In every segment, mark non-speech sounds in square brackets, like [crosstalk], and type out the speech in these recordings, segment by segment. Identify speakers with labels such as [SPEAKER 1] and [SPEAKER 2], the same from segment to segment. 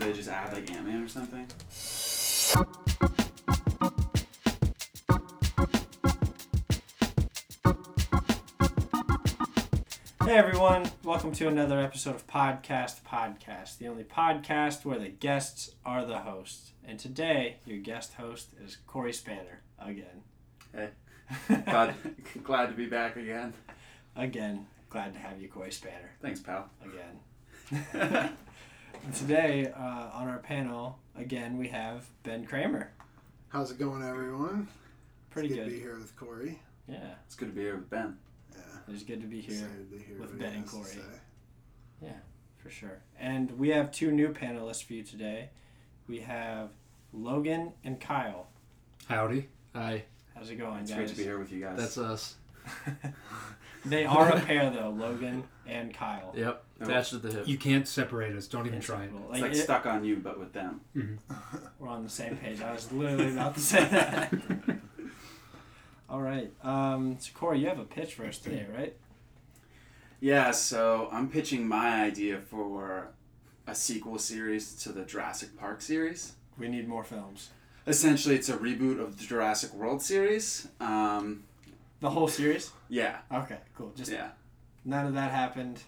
[SPEAKER 1] his eye like Ant Man or something?
[SPEAKER 2] Hey everyone, welcome to another episode of Podcast Podcast, the only podcast where the guests are the hosts. And today, your guest host is Corey Spanner again. [laughs]
[SPEAKER 1] Hey. [laughs] Glad, glad to be back again.
[SPEAKER 2] again, glad to have you, Corey Spanner,
[SPEAKER 1] Thanks, pal.
[SPEAKER 2] again. today, uh, on our panel, again, we have Ben Kramer.
[SPEAKER 3] How's it going, everyone?
[SPEAKER 2] Pretty
[SPEAKER 3] it's good,
[SPEAKER 2] good.
[SPEAKER 3] to be here with Corey.
[SPEAKER 2] Yeah,
[SPEAKER 1] It's good to be here with Ben.
[SPEAKER 3] Yeah,
[SPEAKER 2] it was good to be here.
[SPEAKER 3] excited to hear
[SPEAKER 2] with
[SPEAKER 3] what
[SPEAKER 2] Ben
[SPEAKER 3] he
[SPEAKER 2] and
[SPEAKER 3] has to
[SPEAKER 2] Corey.
[SPEAKER 3] say.
[SPEAKER 2] For sure. And we have two new panelists for you today. We have Logan and Kyle.
[SPEAKER 4] Howdy. Hi.
[SPEAKER 2] How's it going,
[SPEAKER 1] It's
[SPEAKER 2] guys?
[SPEAKER 1] great to be here with you guys.
[SPEAKER 4] That's us.
[SPEAKER 2] they are a pair though, Logan and Kyle.
[SPEAKER 4] Yep.
[SPEAKER 1] No,
[SPEAKER 4] Attached at the hip.
[SPEAKER 5] You can't separate us. Don't even try Mm-hmm. it.
[SPEAKER 2] Inseparable.
[SPEAKER 1] it's
[SPEAKER 2] Like,
[SPEAKER 1] like
[SPEAKER 2] it-
[SPEAKER 1] stuck on you, but with them.
[SPEAKER 2] we're on the same page. I was literally about to say that. All right. Um, so Corey, you have a pitch for us today, right?
[SPEAKER 1] Yeah, so I'm pitching my idea for a sequel series to the Jurassic Park series.
[SPEAKER 2] We need more films.
[SPEAKER 1] Essentially, it's a reboot of the Jurassic World series. Um,
[SPEAKER 2] The whole series.
[SPEAKER 1] yeah,
[SPEAKER 2] Okay, cool. Just
[SPEAKER 1] yeah,
[SPEAKER 2] none of that happened.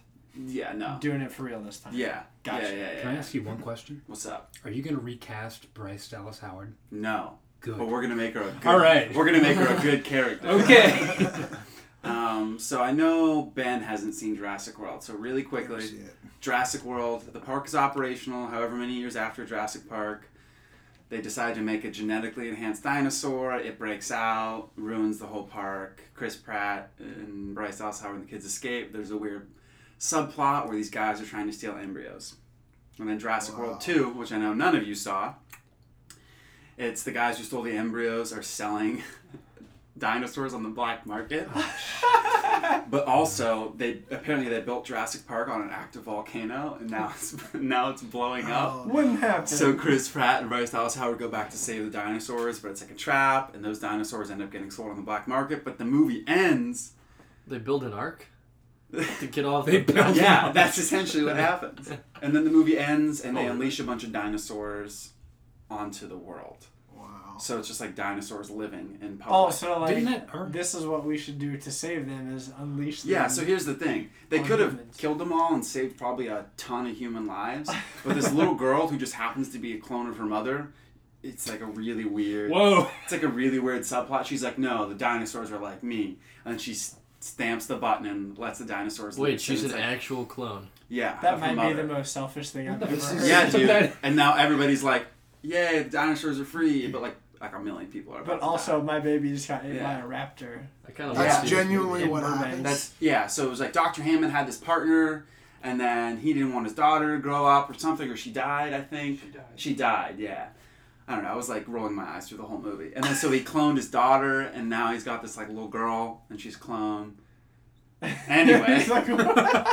[SPEAKER 1] yeah, no,
[SPEAKER 2] Doing it for real this time.
[SPEAKER 1] yeah, yeah,
[SPEAKER 2] Gotcha.
[SPEAKER 1] yeah,
[SPEAKER 5] Can I
[SPEAKER 1] yeah.
[SPEAKER 5] ask you one question?
[SPEAKER 1] What's up?
[SPEAKER 5] Are you going to recast Bryce Dallas Howard?
[SPEAKER 1] No,
[SPEAKER 5] Good.
[SPEAKER 1] but we're gonna make her a good,
[SPEAKER 5] All right.
[SPEAKER 1] We're gonna make her a good
[SPEAKER 5] [laughs]
[SPEAKER 1] character.
[SPEAKER 4] Okay.
[SPEAKER 1] Um, so I know Ben hasn't seen Jurassic World, so really
[SPEAKER 3] Never
[SPEAKER 1] quickly,
[SPEAKER 3] see it.
[SPEAKER 1] Jurassic World, the park is operational however many years after Jurassic Park. They decide to make a genetically enhanced dinosaur. It breaks out, ruins the whole park. Chris Pratt and Bryce Dallas Howard and the kids escape. There's a weird subplot where these guys are trying to steal embryos. And then Jurassic
[SPEAKER 3] Wow.
[SPEAKER 1] World 2, which I know none of you saw, it's the guys who stole the embryos are selling [laughs] dinosaurs on the black market.
[SPEAKER 3] Oh,
[SPEAKER 1] [laughs] But also, they apparently they built Jurassic Park on an active volcano, and now it's [laughs] now it's blowing up.
[SPEAKER 3] Oh,
[SPEAKER 2] Wouldn't happen.
[SPEAKER 1] So Chris Pratt and Bryce Dallas Howard go back to save the dinosaurs, but it's like a trap, and those dinosaurs end up getting sold on the black market. But the movie ends.
[SPEAKER 4] they build an arc to get off.
[SPEAKER 5] They
[SPEAKER 4] the-
[SPEAKER 5] build-
[SPEAKER 1] Yeah, that's essentially what happens. And then the movie ends, and they
[SPEAKER 4] Oh.
[SPEAKER 1] unleash a bunch of dinosaurs onto the world.
[SPEAKER 3] wow.
[SPEAKER 1] So it's just like dinosaurs living in public.
[SPEAKER 2] oh, so like
[SPEAKER 5] Didn't that hurt?
[SPEAKER 2] this is what we should do to save them is unleash them.
[SPEAKER 1] Yeah, so here's the thing. They
[SPEAKER 2] On
[SPEAKER 1] could have
[SPEAKER 2] humans.
[SPEAKER 1] killed them all and saved probably a ton of human lives, but this little girl who just happens to be a clone of her mother, it's like a really weird
[SPEAKER 5] Whoa.
[SPEAKER 1] it's like a really weird subplot. She's like, "No, the dinosaurs are like me." And she s- stamps the button and lets the dinosaurs
[SPEAKER 4] Wait,
[SPEAKER 1] loose,
[SPEAKER 4] she's
[SPEAKER 1] and
[SPEAKER 4] an
[SPEAKER 1] it's like,
[SPEAKER 4] actual clone.
[SPEAKER 1] Yeah.
[SPEAKER 2] that
[SPEAKER 1] of her
[SPEAKER 2] might
[SPEAKER 1] [laughs]
[SPEAKER 2] be
[SPEAKER 1] mother.
[SPEAKER 2] the most selfish thing I've ever
[SPEAKER 5] This
[SPEAKER 2] heard.
[SPEAKER 5] is-
[SPEAKER 1] Yeah,
[SPEAKER 2] [laughs]
[SPEAKER 1] dude. and now everybody's like, "Yay, the dinosaurs are free." But like like a million people are about
[SPEAKER 2] But
[SPEAKER 1] to
[SPEAKER 2] also,
[SPEAKER 1] die.
[SPEAKER 2] my baby just got ate
[SPEAKER 1] Yeah.
[SPEAKER 2] by a raptor.
[SPEAKER 4] I kind of
[SPEAKER 1] That's
[SPEAKER 4] like
[SPEAKER 3] genuinely
[SPEAKER 2] In
[SPEAKER 3] what
[SPEAKER 2] Burbank.
[SPEAKER 3] happens.
[SPEAKER 1] That's yeah. So it was like Dr. Hammond had this partner, and then he didn't want his daughter to grow up or something, or she died. I think she died. yeah. I don't know. I was like rolling my eyes through the whole movie, and then so he cloned his daughter, and now he's got this like little girl, and she's cloned.
[SPEAKER 2] [laughs]
[SPEAKER 1] Anyway.
[SPEAKER 2] He's like, "What?"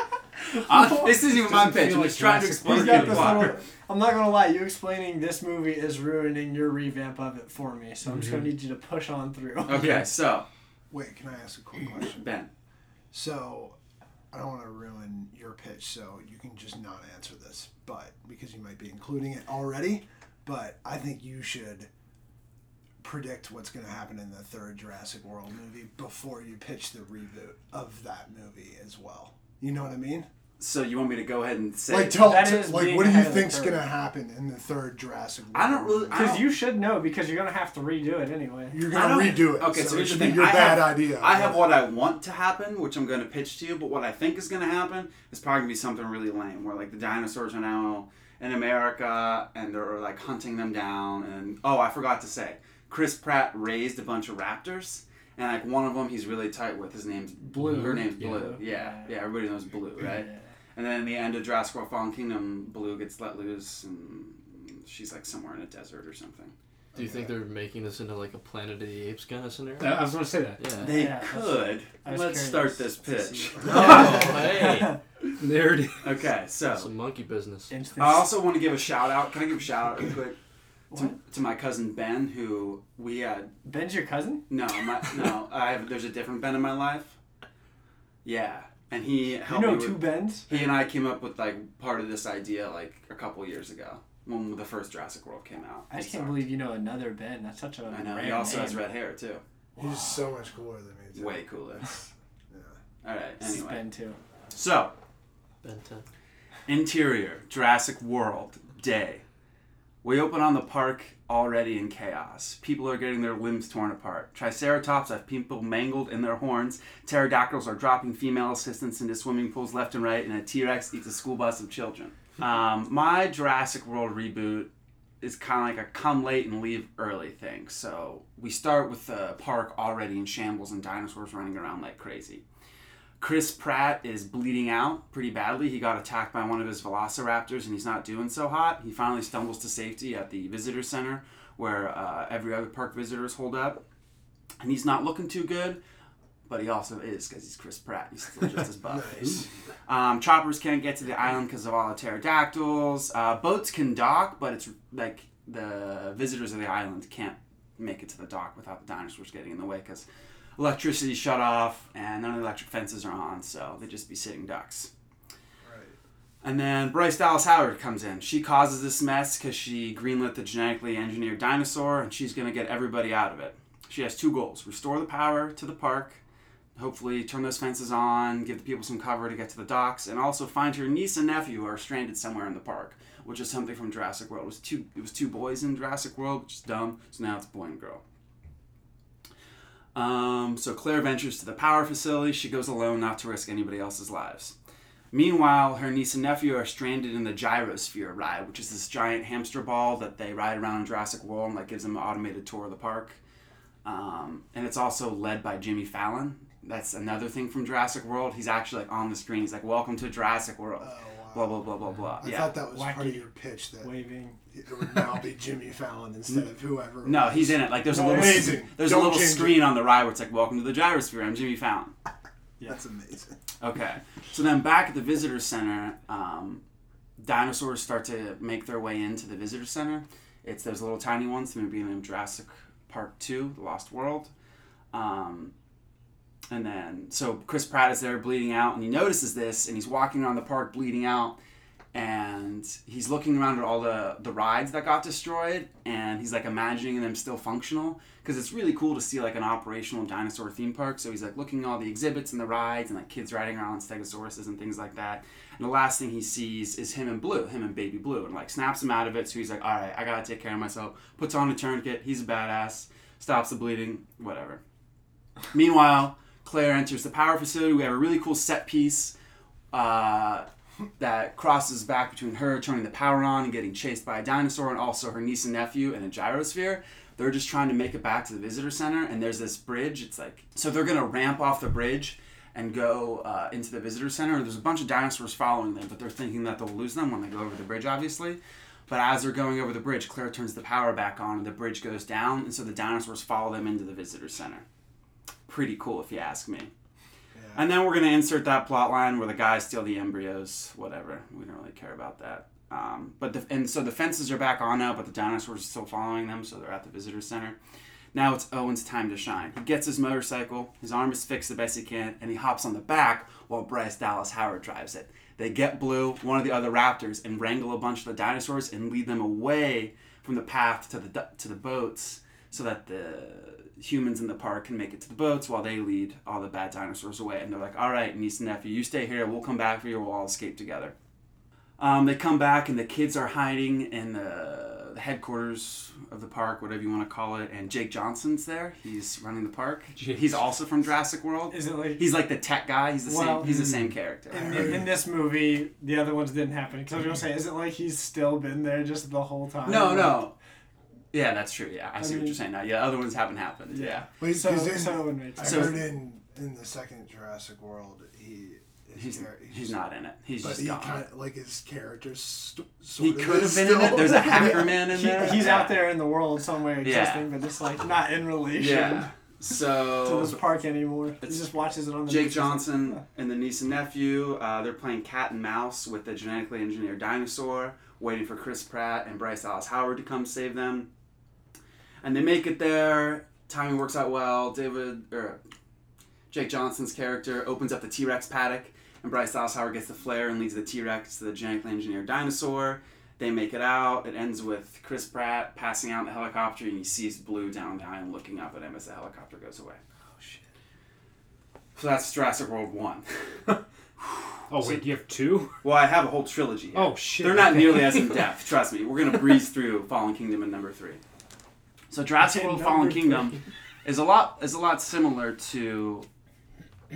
[SPEAKER 1] Uh, this isn't even my
[SPEAKER 5] Doesn't
[SPEAKER 1] pitch.
[SPEAKER 5] feel
[SPEAKER 1] I'm
[SPEAKER 5] like
[SPEAKER 1] just trying to
[SPEAKER 5] Jurassic
[SPEAKER 1] explain
[SPEAKER 2] He's
[SPEAKER 1] the
[SPEAKER 2] got
[SPEAKER 5] Park Burger
[SPEAKER 2] this
[SPEAKER 1] plot.
[SPEAKER 2] little. I'm not gonna lie. You explaining this movie is ruining your revamp of it for me. So I'm just gonna need you to push on through.
[SPEAKER 1] Mm-hmm.
[SPEAKER 2] [laughs]
[SPEAKER 1] Okay, so
[SPEAKER 3] Wait, can I ask
[SPEAKER 2] [clears throat]
[SPEAKER 3] a quick question?
[SPEAKER 1] Ben,
[SPEAKER 3] So, I don't want to ruin your pitch, so you can just not answer this, but because you might be including it already, but I think you should predict what's going to happen in the third Jurassic World movie before you pitch the reboot of that movie as well. You know what I mean?
[SPEAKER 1] so you want me to go ahead and say?
[SPEAKER 3] Like, tell,
[SPEAKER 2] That is
[SPEAKER 3] like,
[SPEAKER 2] being
[SPEAKER 3] what do you
[SPEAKER 2] ahead of the
[SPEAKER 3] think's
[SPEAKER 2] curve.
[SPEAKER 3] going to happen in the third Jurassic World?
[SPEAKER 1] I don't really-
[SPEAKER 3] movie?
[SPEAKER 1] I don't-
[SPEAKER 2] Because you should know because you're gonna have to redo it anyway.
[SPEAKER 3] You're
[SPEAKER 1] I
[SPEAKER 3] gonna
[SPEAKER 1] don't-
[SPEAKER 3] redo it.
[SPEAKER 1] Okay, so,
[SPEAKER 3] it
[SPEAKER 1] here's
[SPEAKER 3] should
[SPEAKER 1] the
[SPEAKER 3] be
[SPEAKER 1] thing.
[SPEAKER 3] your
[SPEAKER 1] I
[SPEAKER 3] bad
[SPEAKER 1] have,
[SPEAKER 3] idea.
[SPEAKER 1] I have what I want to happen, which I'm going to pitch to you, but what I think is going to happen is probably going to be something really lame, where like the dinosaurs are now in America and they're like hunting them down. And oh, I forgot to say, Chris Pratt raised a bunch of raptors, and like one of them he's really tight with. His name's Blue. Her name's
[SPEAKER 5] Yeah.
[SPEAKER 1] Blue. Yeah, yeah. Everybody knows Blue, right?
[SPEAKER 2] Yeah.
[SPEAKER 1] And then in the end of Jurassic World Fallen Kingdom, Blue gets let loose, and she's like somewhere in a desert or something.
[SPEAKER 4] Do you think they're making this into like a Planet of the Apes kind of scenario?
[SPEAKER 5] I I was going to say that.
[SPEAKER 4] yeah.
[SPEAKER 1] They
[SPEAKER 2] Yeah, that's-
[SPEAKER 1] could.
[SPEAKER 2] I was
[SPEAKER 1] Let's
[SPEAKER 2] curious
[SPEAKER 1] start this pitch.
[SPEAKER 4] oh,
[SPEAKER 1] [laughs]
[SPEAKER 4] hey.
[SPEAKER 5] There it is.
[SPEAKER 1] Okay, so
[SPEAKER 4] Some monkey business.
[SPEAKER 2] Instant.
[SPEAKER 1] I also want to give a shout out. Can I give a shout out real quick to,
[SPEAKER 2] What?
[SPEAKER 1] to my cousin Ben, who we uh
[SPEAKER 2] Ben's your cousin.
[SPEAKER 1] no my, no I have there's a different Ben in my life. Yeah, and he
[SPEAKER 2] You
[SPEAKER 1] helped
[SPEAKER 2] know
[SPEAKER 1] me.
[SPEAKER 2] two
[SPEAKER 1] With,
[SPEAKER 2] Bens.
[SPEAKER 1] he and I came up with like part of this idea like a couple years ago. when the first Jurassic World came out.
[SPEAKER 2] I just
[SPEAKER 1] It
[SPEAKER 2] can't
[SPEAKER 1] sucked.
[SPEAKER 2] believe you know another Ben. That's such a
[SPEAKER 1] I know. He
[SPEAKER 2] random
[SPEAKER 1] also
[SPEAKER 2] name.
[SPEAKER 1] has red hair too.
[SPEAKER 2] Wow.
[SPEAKER 3] He's so much cooler than me. Too.
[SPEAKER 1] Way
[SPEAKER 2] [laughs]
[SPEAKER 1] cooler.
[SPEAKER 3] Yeah.
[SPEAKER 1] All right.
[SPEAKER 2] This is
[SPEAKER 1] Anyway,
[SPEAKER 2] Ben too.
[SPEAKER 1] so
[SPEAKER 4] Ben 10.
[SPEAKER 1] Interior, Jurassic World, day. We open on the park already in chaos. People are getting their limbs torn apart. Triceratops have people mangled in their horns. Pterodactyls are dropping female assistants into swimming pools left and right, and a T Rex eats a school bus of children. Um, my Jurassic World reboot is kind of like a come late and leave early thing. So we start with the park already in shambles and dinosaurs running around like crazy. Chris Pratt is bleeding out pretty badly. He got attacked by one of his velociraptors and he's not doing so hot. He finally stumbles to safety at the visitor center where uh, every other park visitors hold up. And he's not looking too good, but he also is because he's Chris Pratt. He's still just as buff.
[SPEAKER 3] Nice.
[SPEAKER 1] Um, choppers can't get to the island because of all the pterodactyls. Uh, boats can dock, but it's like the visitors of the island can't make it to the dock without the dinosaurs getting in the way because electricity shut off and none of the electric fences are on, so they'd just be sitting ducks.
[SPEAKER 3] Right.
[SPEAKER 1] And then Bryce Dallas Howard comes in. She causes this mess because she greenlit the genetically engineered dinosaur, and she's going to get everybody out of it. She has two goals restore the power to the park, hopefully, turn those fences on, give the people some cover to get to the docks, and also find her niece and nephew who are stranded somewhere in the park, which is something from Jurassic World. It was two, it was two boys in Jurassic World, which is dumb, so now it's boy and girl. Um, so Claire ventures to the power facility. She goes alone, not to risk anybody else's lives. Meanwhile, her niece and nephew are stranded in the gyrosphere ride, which is this giant hamster ball that they ride around in Jurassic World and that gives them an automated tour of the park. Um, and it's also led by Jimmy Fallon. That's another thing from Jurassic World. He's actually like on the screen. He's like, "Welcome to Jurassic World."
[SPEAKER 3] Oh wow.
[SPEAKER 1] Blah blah blah blah blah.
[SPEAKER 3] I
[SPEAKER 1] yeah.
[SPEAKER 3] thought that was part of
[SPEAKER 2] Wacky.
[SPEAKER 3] your pitch that
[SPEAKER 2] Waving.
[SPEAKER 3] it would now be
[SPEAKER 1] [laughs]
[SPEAKER 3] Jimmy Fallon instead of whoever. it
[SPEAKER 1] No,
[SPEAKER 3] was.
[SPEAKER 1] he's in it. Like there's a little
[SPEAKER 3] Amazing.
[SPEAKER 1] there's
[SPEAKER 3] Don't
[SPEAKER 1] a little
[SPEAKER 3] change it.
[SPEAKER 1] screen on the ride where it's like, "Welcome to the gyrosphere." I'm Jimmy Fallon.
[SPEAKER 3] [laughs] That's amazing.
[SPEAKER 1] Okay. So then back at the visitor center, um, dinosaurs start to make their way into the visitor center. It's those little tiny ones from the beginning of Jurassic Park 2, The Lost World. Um, and then, so Chris Pratt is there bleeding out, and he notices this, and he's walking around the park bleeding out, and he's looking around at all the, the rides that got destroyed, and he's like imagining them still functional, because it's really cool to see like an operational dinosaur theme park. So he's like looking at all the exhibits and the rides, and like kids riding around on stegosauruses and things like that. And the last thing he sees is him and Blue, him and Baby Blue, and like snaps him out of it. So he's like, all right, I gotta take care of myself. Puts on a tourniquet. He's a badass. Stops the bleeding. Whatever. Meanwhile, Claire enters the power facility. We have a really cool set piece uh, that crosses back between her turning the power on and getting chased by a dinosaur, and also her niece and nephew in a gyrosphere. They're just trying to make it back to the visitor center, and there's this bridge. It's like so they're gonna ramp off the bridge and go uh, into the visitor center. There's a bunch of dinosaurs following them, but they're thinking that they'll lose them when they go over the bridge, obviously. But as they're going over the bridge, Claire turns the power back on, and the bridge goes down, and so the dinosaurs follow them into the visitor center. Pretty cool, if you ask me.
[SPEAKER 3] Yeah.
[SPEAKER 1] And then we're gonna insert that plot line where the guys steal the embryos, whatever. We don't really care about that. Um, but the, and so the fences are back on now, but the dinosaurs are still following them, so they're at the visitor center. Now it's Owen's time to shine. He gets his motorcycle, his arm is fixed the best he can, and he hops on the back while Bryce Dallas Howard drives it. They get Blue, one of the other raptors, and wrangle a bunch of the dinosaurs and lead them away from the path to the du- to the boats so that the humans in the park can make it to the boats while they lead all the bad dinosaurs away. And they're like, all right, niece and nephew, you stay here. We'll come back for you. We'll all escape together. Um, they come back, and the kids are hiding in the, the headquarters of the park, whatever you want to call it. And Jake Johnson's there. He's running the park.
[SPEAKER 5] Jeez.
[SPEAKER 1] He's also from Jurassic World.
[SPEAKER 2] Is it like
[SPEAKER 1] He's like the tech guy. He's the
[SPEAKER 2] Well,
[SPEAKER 1] same. He's the same character.
[SPEAKER 2] in, the, in this movie the other ones didn't happen? Because I was gonna say, is it like he's still been there just the whole time?
[SPEAKER 1] No,
[SPEAKER 2] Like,
[SPEAKER 1] no. Yeah, that's true. Yeah, I, see what
[SPEAKER 2] mean-
[SPEAKER 1] you're saying now. Yeah, other ones haven't happened. Yeah.
[SPEAKER 3] Wait,
[SPEAKER 2] So,
[SPEAKER 3] 'cause in-
[SPEAKER 2] so it would make
[SPEAKER 3] I
[SPEAKER 2] sense.
[SPEAKER 1] So-
[SPEAKER 3] heard in in the second Jurassic World, he his
[SPEAKER 1] He's,
[SPEAKER 3] char-
[SPEAKER 1] he's not in it. He's
[SPEAKER 3] But
[SPEAKER 1] just
[SPEAKER 3] he
[SPEAKER 1] gone.
[SPEAKER 3] kind of like his character. St-
[SPEAKER 1] He
[SPEAKER 3] sort of
[SPEAKER 1] could have
[SPEAKER 3] is
[SPEAKER 1] been in it.
[SPEAKER 3] still-
[SPEAKER 1] There's
[SPEAKER 3] [laughs]
[SPEAKER 1] a hacker man in
[SPEAKER 2] He,
[SPEAKER 1] there.
[SPEAKER 2] he's
[SPEAKER 1] yeah.
[SPEAKER 2] out there in the world somewhere
[SPEAKER 1] Yeah.
[SPEAKER 2] existing, but just like not in relation
[SPEAKER 1] Yeah.
[SPEAKER 2] to this
[SPEAKER 1] So
[SPEAKER 2] park anymore. He
[SPEAKER 1] It's
[SPEAKER 2] just watches it on the
[SPEAKER 1] Jake
[SPEAKER 2] news. He's like,
[SPEAKER 1] Johnson and the niece and nephew, uh, they're playing cat and mouse with the genetically engineered dinosaur, waiting for Chris Pratt and Bryce Dallas Howard to come save them. And they make it there. Timing works out well. David or Jake Johnson's character opens up the T Rex paddock, and Bryce Dallas Howard gets the flare and leads the T Rex to the genetically engineered dinosaur. They make it out. It ends with Chris Pratt passing out in the helicopter, and he sees Blue down the island looking up at him as the helicopter goes away.
[SPEAKER 5] Oh shit.
[SPEAKER 1] So that's Jurassic World One.
[SPEAKER 5] Oh wait, you have two?
[SPEAKER 1] well, I have a whole trilogy. here.
[SPEAKER 5] Oh shit.
[SPEAKER 1] They're not
[SPEAKER 5] okay.
[SPEAKER 1] nearly
[SPEAKER 5] [laughs]
[SPEAKER 1] as in depth. Trust me. We're gonna breeze through Fallen Kingdom and number three. So Jurassic World Fallen
[SPEAKER 5] Number three.
[SPEAKER 1] Kingdom is a lot is a lot similar to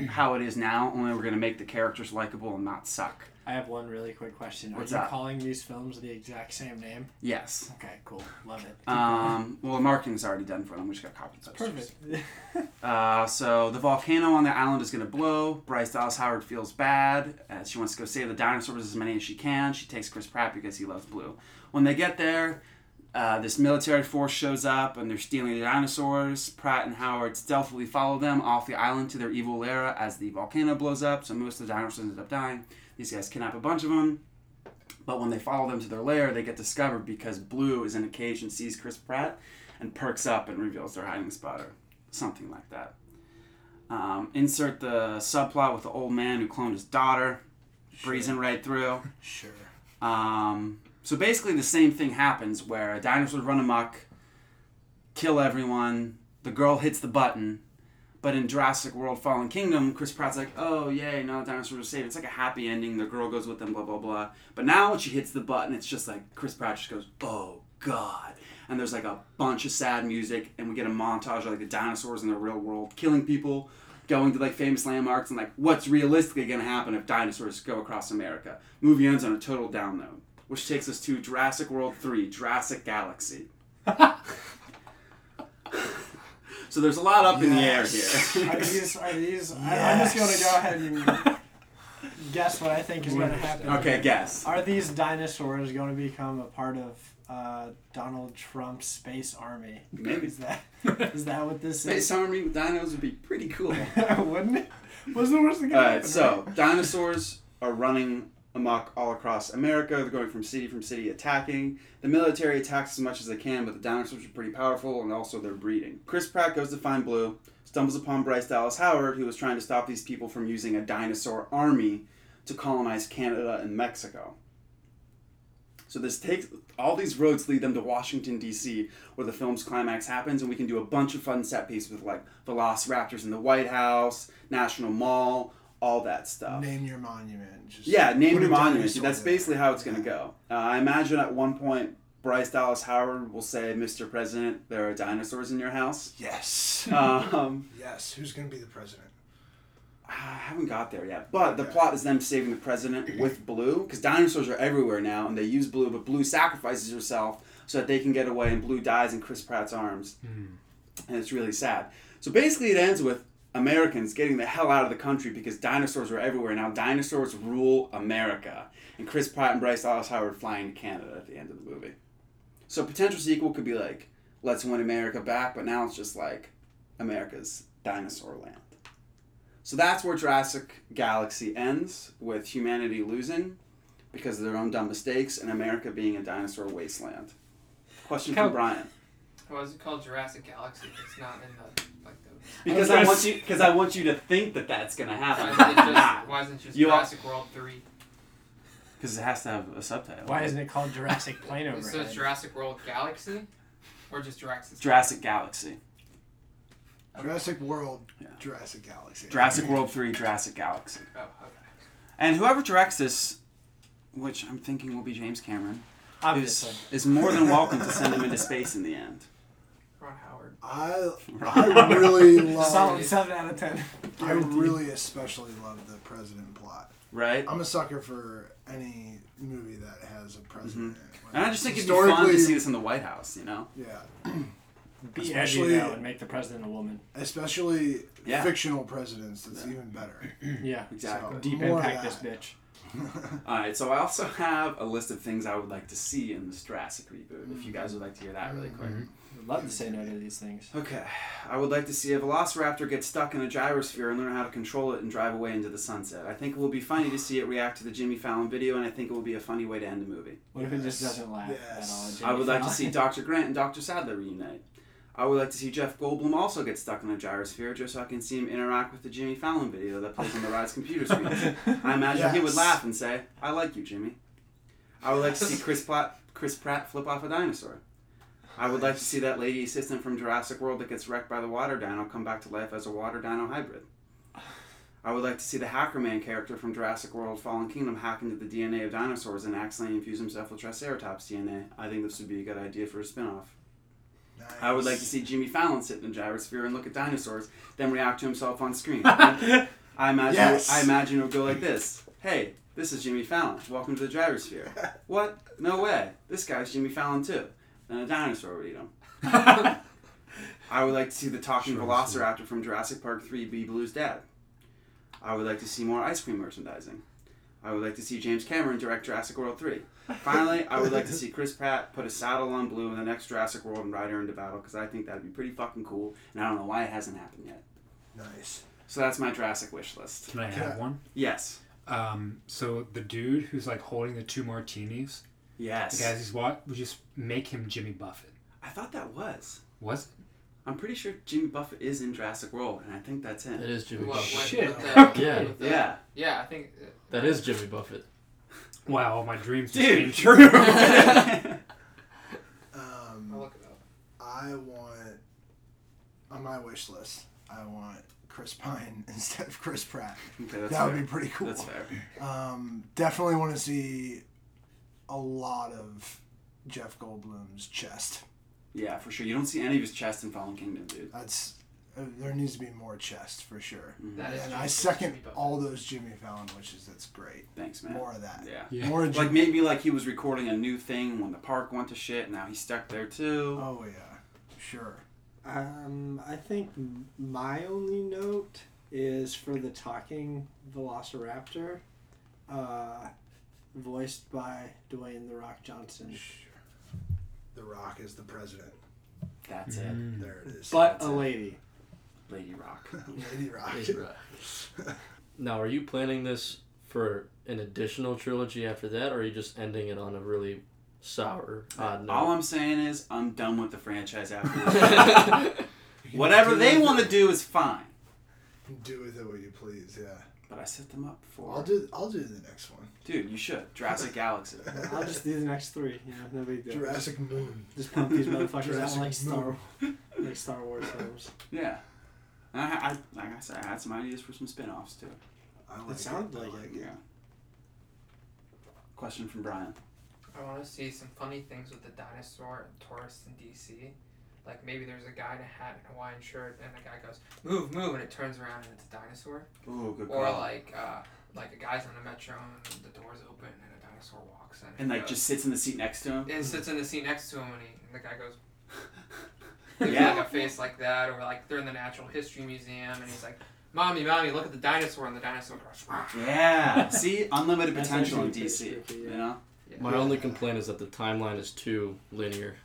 [SPEAKER 1] how it is now. Only we're gonna make the characters likable and not suck.
[SPEAKER 2] I have one really quick question. Are
[SPEAKER 1] What's
[SPEAKER 2] you
[SPEAKER 1] that?
[SPEAKER 2] calling these films the exact same name?
[SPEAKER 1] Yes.
[SPEAKER 2] Okay, cool. Love it.
[SPEAKER 1] Um, well, the marketing's already done for them. We just got copies.
[SPEAKER 2] [laughs] Perfect.
[SPEAKER 1] Uh, so the volcano on the island is going to blow. Bryce Dallas Howard feels bad. Uh, she wants to go save the dinosaurs as many as she can. She takes Chris Pratt because he loves Blue. When they get there, uh, this military force shows up and they're stealing the dinosaurs. Pratt and Howard stealthily follow them off the island to their evil lair as the volcano blows up. So most of the dinosaurs end up dying. These guys kidnap a bunch of them. But when they follow them to their lair, they get discovered because Blue is in a cage and sees Chris Pratt and perks up and reveals their hiding spot or something like that. Um, insert the subplot with the old man who cloned his daughter, breezing right through.
[SPEAKER 3] Sure.
[SPEAKER 1] Um, so basically, the same thing happens where dinosaurs run amok, kill everyone. The girl hits the button, but in Jurassic World: Fallen Kingdom, Chris Pratt's like, "Oh yay, now the dinosaurs are saved." It's like a happy ending. The girl goes with them, blah blah blah. But now when she hits the button, it's just like Chris Pratt just goes, "Oh god." And there's like a bunch of sad music, and we get a montage of like the dinosaurs in the real world killing people, going to like famous landmarks, and like what's realistically gonna happen if dinosaurs go across America. Movie ends on a total down note, which takes us to Jurassic World 3, Jurassic Galaxy. so there's a lot up in the air here.
[SPEAKER 3] Yes.
[SPEAKER 2] Are these? Are these? I, I'm just going to go ahead and
[SPEAKER 1] [laughs]
[SPEAKER 2] guess what I think is going to happen.
[SPEAKER 1] [laughs] Okay, guess.
[SPEAKER 2] Are these dinosaurs going to become a part of uh, Donald Trump's space army?
[SPEAKER 1] Maybe. [laughs]
[SPEAKER 2] Is that is that what this
[SPEAKER 1] Space
[SPEAKER 2] is?
[SPEAKER 1] army with dinos would be pretty [laughs] cool.
[SPEAKER 2] [laughs] Wouldn't it? What's the worst thing? that could
[SPEAKER 4] Uh,
[SPEAKER 1] Alright, [laughs] so
[SPEAKER 2] happen,
[SPEAKER 1] dinosaurs are running amok all across America. They're going from city from city attacking. The military attacks as much as they can, but the dinosaurs are pretty powerful and also they're breeding. Chris Pratt goes to find Blue, stumbles upon Bryce Dallas Howard, who is trying to stop these people from using a dinosaur army to colonize Canada and Mexico. So this takes all these roads lead them to Washington D.C., where the film's climax happens, and we can do a bunch of fun set pieces with like Velociraptors in the White House, National Mall, all that stuff.
[SPEAKER 3] Name your monument. Just
[SPEAKER 1] yeah, name
[SPEAKER 3] put
[SPEAKER 1] your
[SPEAKER 3] a
[SPEAKER 1] monument.
[SPEAKER 3] dinosaur
[SPEAKER 1] That's
[SPEAKER 3] there.
[SPEAKER 1] basically how it's going to go. Uh, I imagine at one point Bryce Dallas Howard will say, "Mr. President, there are dinosaurs in your house."
[SPEAKER 3] Yes.
[SPEAKER 1] Um,
[SPEAKER 3] yes. Who's gonna be the president?
[SPEAKER 1] I haven't got there yet, but the
[SPEAKER 3] Okay.
[SPEAKER 1] plot is them saving the president with Blue because dinosaurs are everywhere now, and they use Blue, but Blue sacrifices herself so that they can get away, and Blue dies in Chris Pratt's arms,
[SPEAKER 5] Hmm.
[SPEAKER 1] and it's really sad. So basically, it ends with Americans getting the hell out of the country because dinosaurs are everywhere now. Dinosaurs rule America, and Chris Pratt and Bryce Dallas Howard flying to Canada at the end of the movie. So a potential sequel could be like, "Let's win America back," but now it's just like, America's dinosaur land. So that's where Jurassic Galaxy ends, with humanity losing because of their own dumb mistakes and America being a dinosaur wasteland. Question
[SPEAKER 5] Cal-
[SPEAKER 1] from Brian.
[SPEAKER 6] Why is it called Jurassic Galaxy? if It's not in the like
[SPEAKER 1] [laughs]
[SPEAKER 6] the.
[SPEAKER 1] Because I, want you because I want you to think that that's going to
[SPEAKER 6] Why isn't it just,
[SPEAKER 1] happen.
[SPEAKER 6] why isn't it just
[SPEAKER 1] You are-
[SPEAKER 6] Jurassic World three?
[SPEAKER 1] Because it has to have a subtitle.
[SPEAKER 2] Why isn't it called Jurassic Plane
[SPEAKER 6] So it's
[SPEAKER 2] Overhead?
[SPEAKER 6] Jurassic World Galaxy, or just Jurassic?
[SPEAKER 1] Jurassic Galaxy.
[SPEAKER 3] Jurassic World.
[SPEAKER 1] Yeah.
[SPEAKER 3] Jurassic Galaxy.
[SPEAKER 1] Jurassic World 3, Jurassic Galaxy.
[SPEAKER 6] Oh, okay.
[SPEAKER 1] And whoever directs this, which I'm thinking will be James Cameron,
[SPEAKER 2] Obviously.
[SPEAKER 1] is, is more than welcome to send him into space in the end.
[SPEAKER 6] Ron Howard.
[SPEAKER 3] I
[SPEAKER 1] Right.
[SPEAKER 3] I
[SPEAKER 1] [laughs]
[SPEAKER 3] really
[SPEAKER 6] Solid.
[SPEAKER 3] love.
[SPEAKER 2] seven out of ten.
[SPEAKER 3] I really especially love the president plot.
[SPEAKER 1] right?
[SPEAKER 3] I'm a sucker for any movie that has a president. in it. Like,
[SPEAKER 1] Mm-hmm. And I just think it'd be fun to
[SPEAKER 3] historically-
[SPEAKER 1] see this in the White House, you know?
[SPEAKER 3] Yeah,
[SPEAKER 2] Be edgy
[SPEAKER 3] Especially-
[SPEAKER 2] though and make the president a woman.
[SPEAKER 3] especially
[SPEAKER 1] Yeah.
[SPEAKER 3] fictional presidents. That's even better.
[SPEAKER 2] Yeah.
[SPEAKER 1] Exactly.
[SPEAKER 3] So-
[SPEAKER 2] Deep
[SPEAKER 3] More of
[SPEAKER 2] impact this
[SPEAKER 3] that.
[SPEAKER 2] bitch.
[SPEAKER 1] All right, so I also have a list of things I would like to see in this Jurassic reboot, if you guys would like to hear that really quick.
[SPEAKER 2] Mm-hmm. I'd love to say no to these things.
[SPEAKER 1] Okay, I would like to see a velociraptor get stuck in a gyrosphere and learn how to control it and drive away into the sunset. I think it will be funny to see it react to the Jimmy Fallon video, and I think it will be a funny way to end the movie.
[SPEAKER 2] What if it just
[SPEAKER 3] Yes.
[SPEAKER 2] doesn't laugh at all?
[SPEAKER 3] Yes.
[SPEAKER 2] Jimmy
[SPEAKER 1] I would like to
[SPEAKER 2] Fallon?
[SPEAKER 1] see Dr. Grant and Dr. Sadler reunite. I would like to see Jeff Goldblum also get stuck in a gyrosphere just so I can see him interact with the Jimmy Fallon [laughs]
[SPEAKER 2] [laughs]
[SPEAKER 1] video that plays on the ride's computer screen. I imagine he would
[SPEAKER 3] Yes.
[SPEAKER 1] laugh and say, I like you, Jimmy. I would like to see Chris Pratt, Chris Pratt flip off a dinosaur. I would like to see that lady assistant from Jurassic World that gets wrecked by the water dino come back to life as a water dino hybrid. I would like to see the Hacker Man character from Jurassic World Fallen Kingdom hack into the DNA of dinosaurs and accidentally infuse himself with Triceratops DNA. I think this would be a good idea for a spin off.
[SPEAKER 3] Nice.
[SPEAKER 1] I would like to see Jimmy Fallon sit in a gyrosphere and look at dinosaurs, then react to himself on
[SPEAKER 3] [laughs]
[SPEAKER 1] screen. I imagine
[SPEAKER 3] Yes!
[SPEAKER 1] I imagine it would go like this. Hey, this is Jimmy Fallon. Welcome to the
[SPEAKER 3] [laughs]
[SPEAKER 1] gyrosphere. what? No way. This guy's Jimmy Fallon too. Then a dinosaur would eat him. [laughs] I would like to see the talking
[SPEAKER 4] Sure,
[SPEAKER 1] velociraptor from Jurassic Park 3 be Blue's dad. I would like to see more ice cream merchandising. I would like to see James Cameron direct Jurassic World 3. Finally, I would like to see Chris Pratt put a saddle on Blue in the next Jurassic World and ride her into battle because I think that'd be pretty fucking cool, and I don't know why it hasn't happened yet.
[SPEAKER 3] Nice.
[SPEAKER 1] So that's my Jurassic wish list.
[SPEAKER 5] Can I have
[SPEAKER 3] Yeah.
[SPEAKER 5] one?
[SPEAKER 1] Yes.
[SPEAKER 5] Um, so the dude who's like holding the two martinis, the
[SPEAKER 1] Yes.
[SPEAKER 5] guys he's what we just make him Jimmy Buffett.
[SPEAKER 1] I thought that was.
[SPEAKER 5] Was
[SPEAKER 1] I'm pretty sure Jimmy Buffett is in Jurassic World, and I think that's
[SPEAKER 4] That
[SPEAKER 1] him.
[SPEAKER 4] is Jimmy.
[SPEAKER 6] What,
[SPEAKER 4] Buffett.
[SPEAKER 6] what,
[SPEAKER 1] [laughs]
[SPEAKER 5] Shit.
[SPEAKER 6] With the,
[SPEAKER 4] Yeah.
[SPEAKER 6] With the,
[SPEAKER 1] Yeah.
[SPEAKER 6] Yeah, I think. uh,
[SPEAKER 4] That is Jimmy Buffett.
[SPEAKER 5] wow, all my dreams just came
[SPEAKER 2] Dude,
[SPEAKER 5] true.
[SPEAKER 2] true.
[SPEAKER 1] [laughs]
[SPEAKER 4] [laughs]
[SPEAKER 6] I'll
[SPEAKER 3] Um,
[SPEAKER 6] look it up.
[SPEAKER 3] I want on my wish list. I want Chris Pine [laughs] instead of Chris Pratt.
[SPEAKER 1] Okay, that's
[SPEAKER 3] that
[SPEAKER 1] fair.
[SPEAKER 3] would be pretty cool.
[SPEAKER 1] That's fair.
[SPEAKER 3] Um, definitely want to see a lot of Jeff Goldblum's chest.
[SPEAKER 1] Yeah, for sure. You don't see any of his chest in Fallen Kingdom, dude.
[SPEAKER 3] That's uh, there needs to be more chest for sure.
[SPEAKER 6] That is
[SPEAKER 3] And
[SPEAKER 6] Jimmy-
[SPEAKER 3] I second
[SPEAKER 6] Jimmy Buffett.
[SPEAKER 3] all those Jimmy Fallon wishes. That's great.
[SPEAKER 1] Thanks, man.
[SPEAKER 3] More of that.
[SPEAKER 1] Yeah.
[SPEAKER 5] Yeah.
[SPEAKER 3] More of
[SPEAKER 1] Like
[SPEAKER 3] Jimmy.
[SPEAKER 1] maybe like he was recording a new thing when the park went to shit. Now he's stuck there too.
[SPEAKER 3] Oh yeah, sure.
[SPEAKER 2] Um, I think m- my only note is for the talking Velociraptor, uh, voiced by Dwayne the Rock Johnson,
[SPEAKER 3] The Rock is the president.
[SPEAKER 1] That's it,
[SPEAKER 5] Mm.
[SPEAKER 3] There it is.
[SPEAKER 2] but
[SPEAKER 1] That's
[SPEAKER 2] a
[SPEAKER 1] it.
[SPEAKER 2] lady.
[SPEAKER 1] Lady Rock.
[SPEAKER 3] [laughs] Lady Rock. [laughs]
[SPEAKER 4] Hey, Rock. now, are you planning this for an additional trilogy after that, or are you just ending it on a really sour, odd
[SPEAKER 1] All
[SPEAKER 4] note?
[SPEAKER 1] I'm saying is I'm done with the franchise after this.
[SPEAKER 4] [laughs]
[SPEAKER 1] [laughs] Whatever they want to do is fine.
[SPEAKER 3] Do with it what you please. Yeah.
[SPEAKER 1] But I set them up for
[SPEAKER 3] I'll do. I'll do the next one.
[SPEAKER 1] Dude, you should.
[SPEAKER 3] [laughs]
[SPEAKER 1] Jurassic Galaxy.
[SPEAKER 2] I'll just do the next three. You know, no [laughs] big deal.
[SPEAKER 3] Jurassic Moon.
[SPEAKER 2] Just pump [laughs] these motherfuckers out
[SPEAKER 3] Jurassic
[SPEAKER 2] like Star,
[SPEAKER 3] Moon.
[SPEAKER 2] [laughs] like Star Wars films.
[SPEAKER 1] Yeah. And I, I, like I said, I had some ideas for some spin offs too.
[SPEAKER 3] I like
[SPEAKER 2] sounds
[SPEAKER 3] I
[SPEAKER 2] like it.
[SPEAKER 1] Yeah. Question from Brian.
[SPEAKER 6] I want to see some funny things with the dinosaur and tourists in DC. Like maybe there's a guy in a hat and a Hawaiian shirt, and the guy goes move, move, and it turns around and it's a dinosaur.
[SPEAKER 1] Ooh, good
[SPEAKER 6] Or
[SPEAKER 1] call.
[SPEAKER 6] like uh, like a guy's on the metro and the doors open and a dinosaur walks in.
[SPEAKER 1] and
[SPEAKER 6] he
[SPEAKER 1] like
[SPEAKER 6] goes-
[SPEAKER 1] just sits in the seat next to him.
[SPEAKER 6] and sits in the seat next to him and, he, and the guy goes. There's
[SPEAKER 1] Yeah.
[SPEAKER 6] like a face like that, or like they're in the Natural History Museum and he's like, "Mommy, mommy, look at the dinosaur!" And the dinosaur goes. "Wah."
[SPEAKER 2] [laughs]
[SPEAKER 1] Yeah. See, unlimited
[SPEAKER 2] That's
[SPEAKER 1] potential in
[SPEAKER 2] actually
[SPEAKER 1] DC.
[SPEAKER 2] pretty spooky, yeah.
[SPEAKER 1] You know.
[SPEAKER 4] My only complaint is that the timeline is too linear.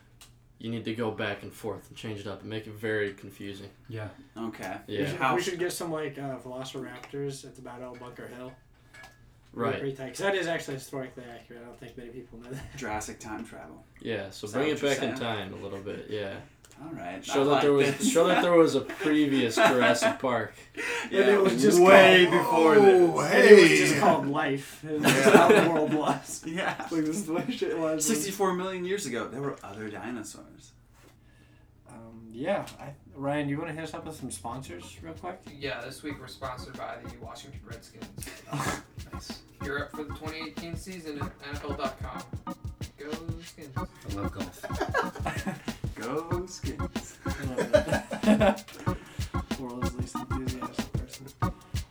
[SPEAKER 4] You need to go back and forth and change it up and make it very confusing.
[SPEAKER 5] [laughs] Yeah.
[SPEAKER 1] Okay.
[SPEAKER 4] Yeah.
[SPEAKER 2] We, should,
[SPEAKER 1] How-
[SPEAKER 2] we should get some like uh, Velociraptors at the Battle of Bunker Hill.
[SPEAKER 4] Right.
[SPEAKER 2] Because that is actually historically accurate. I don't think many people know that.
[SPEAKER 1] Jurassic time travel.
[SPEAKER 4] Yeah. So
[SPEAKER 1] Is that
[SPEAKER 4] bring
[SPEAKER 1] what
[SPEAKER 4] it
[SPEAKER 1] you're
[SPEAKER 4] back in
[SPEAKER 1] saying?
[SPEAKER 4] time a little bit. Yeah.
[SPEAKER 1] All right. I
[SPEAKER 4] Show that
[SPEAKER 1] like
[SPEAKER 4] there was
[SPEAKER 1] this.
[SPEAKER 4] show that there
[SPEAKER 1] [laughs]
[SPEAKER 4] was a previous Jurassic Park.
[SPEAKER 1] yeah, [laughs]
[SPEAKER 2] it [laughs] was just
[SPEAKER 1] way before
[SPEAKER 2] called-
[SPEAKER 3] Oh,
[SPEAKER 1] [laughs] this.
[SPEAKER 2] And it was
[SPEAKER 3] hey.
[SPEAKER 2] just called life. [laughs] It was just how the [laughs] world was.
[SPEAKER 1] Yeah.
[SPEAKER 2] Like this is the way shit was.
[SPEAKER 1] 64 million years ago, there were other dinosaurs.
[SPEAKER 2] Um, yeah, I, Ryan, do you want to hit us up with some sponsors real [laughs] quick?
[SPEAKER 6] Yeah, this week we're sponsored by the Washington Redskins. nice. You're up for the 2018 season at NFL.com. Go Skins.
[SPEAKER 5] I love golf.
[SPEAKER 1] Go skins.
[SPEAKER 2] World's least enthusiastic person.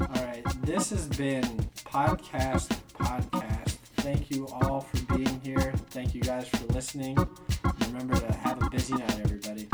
[SPEAKER 2] All right, this has been podcast podcast. Thank you all for being here. Thank you guys for listening. Remember to have a busy night, everybody.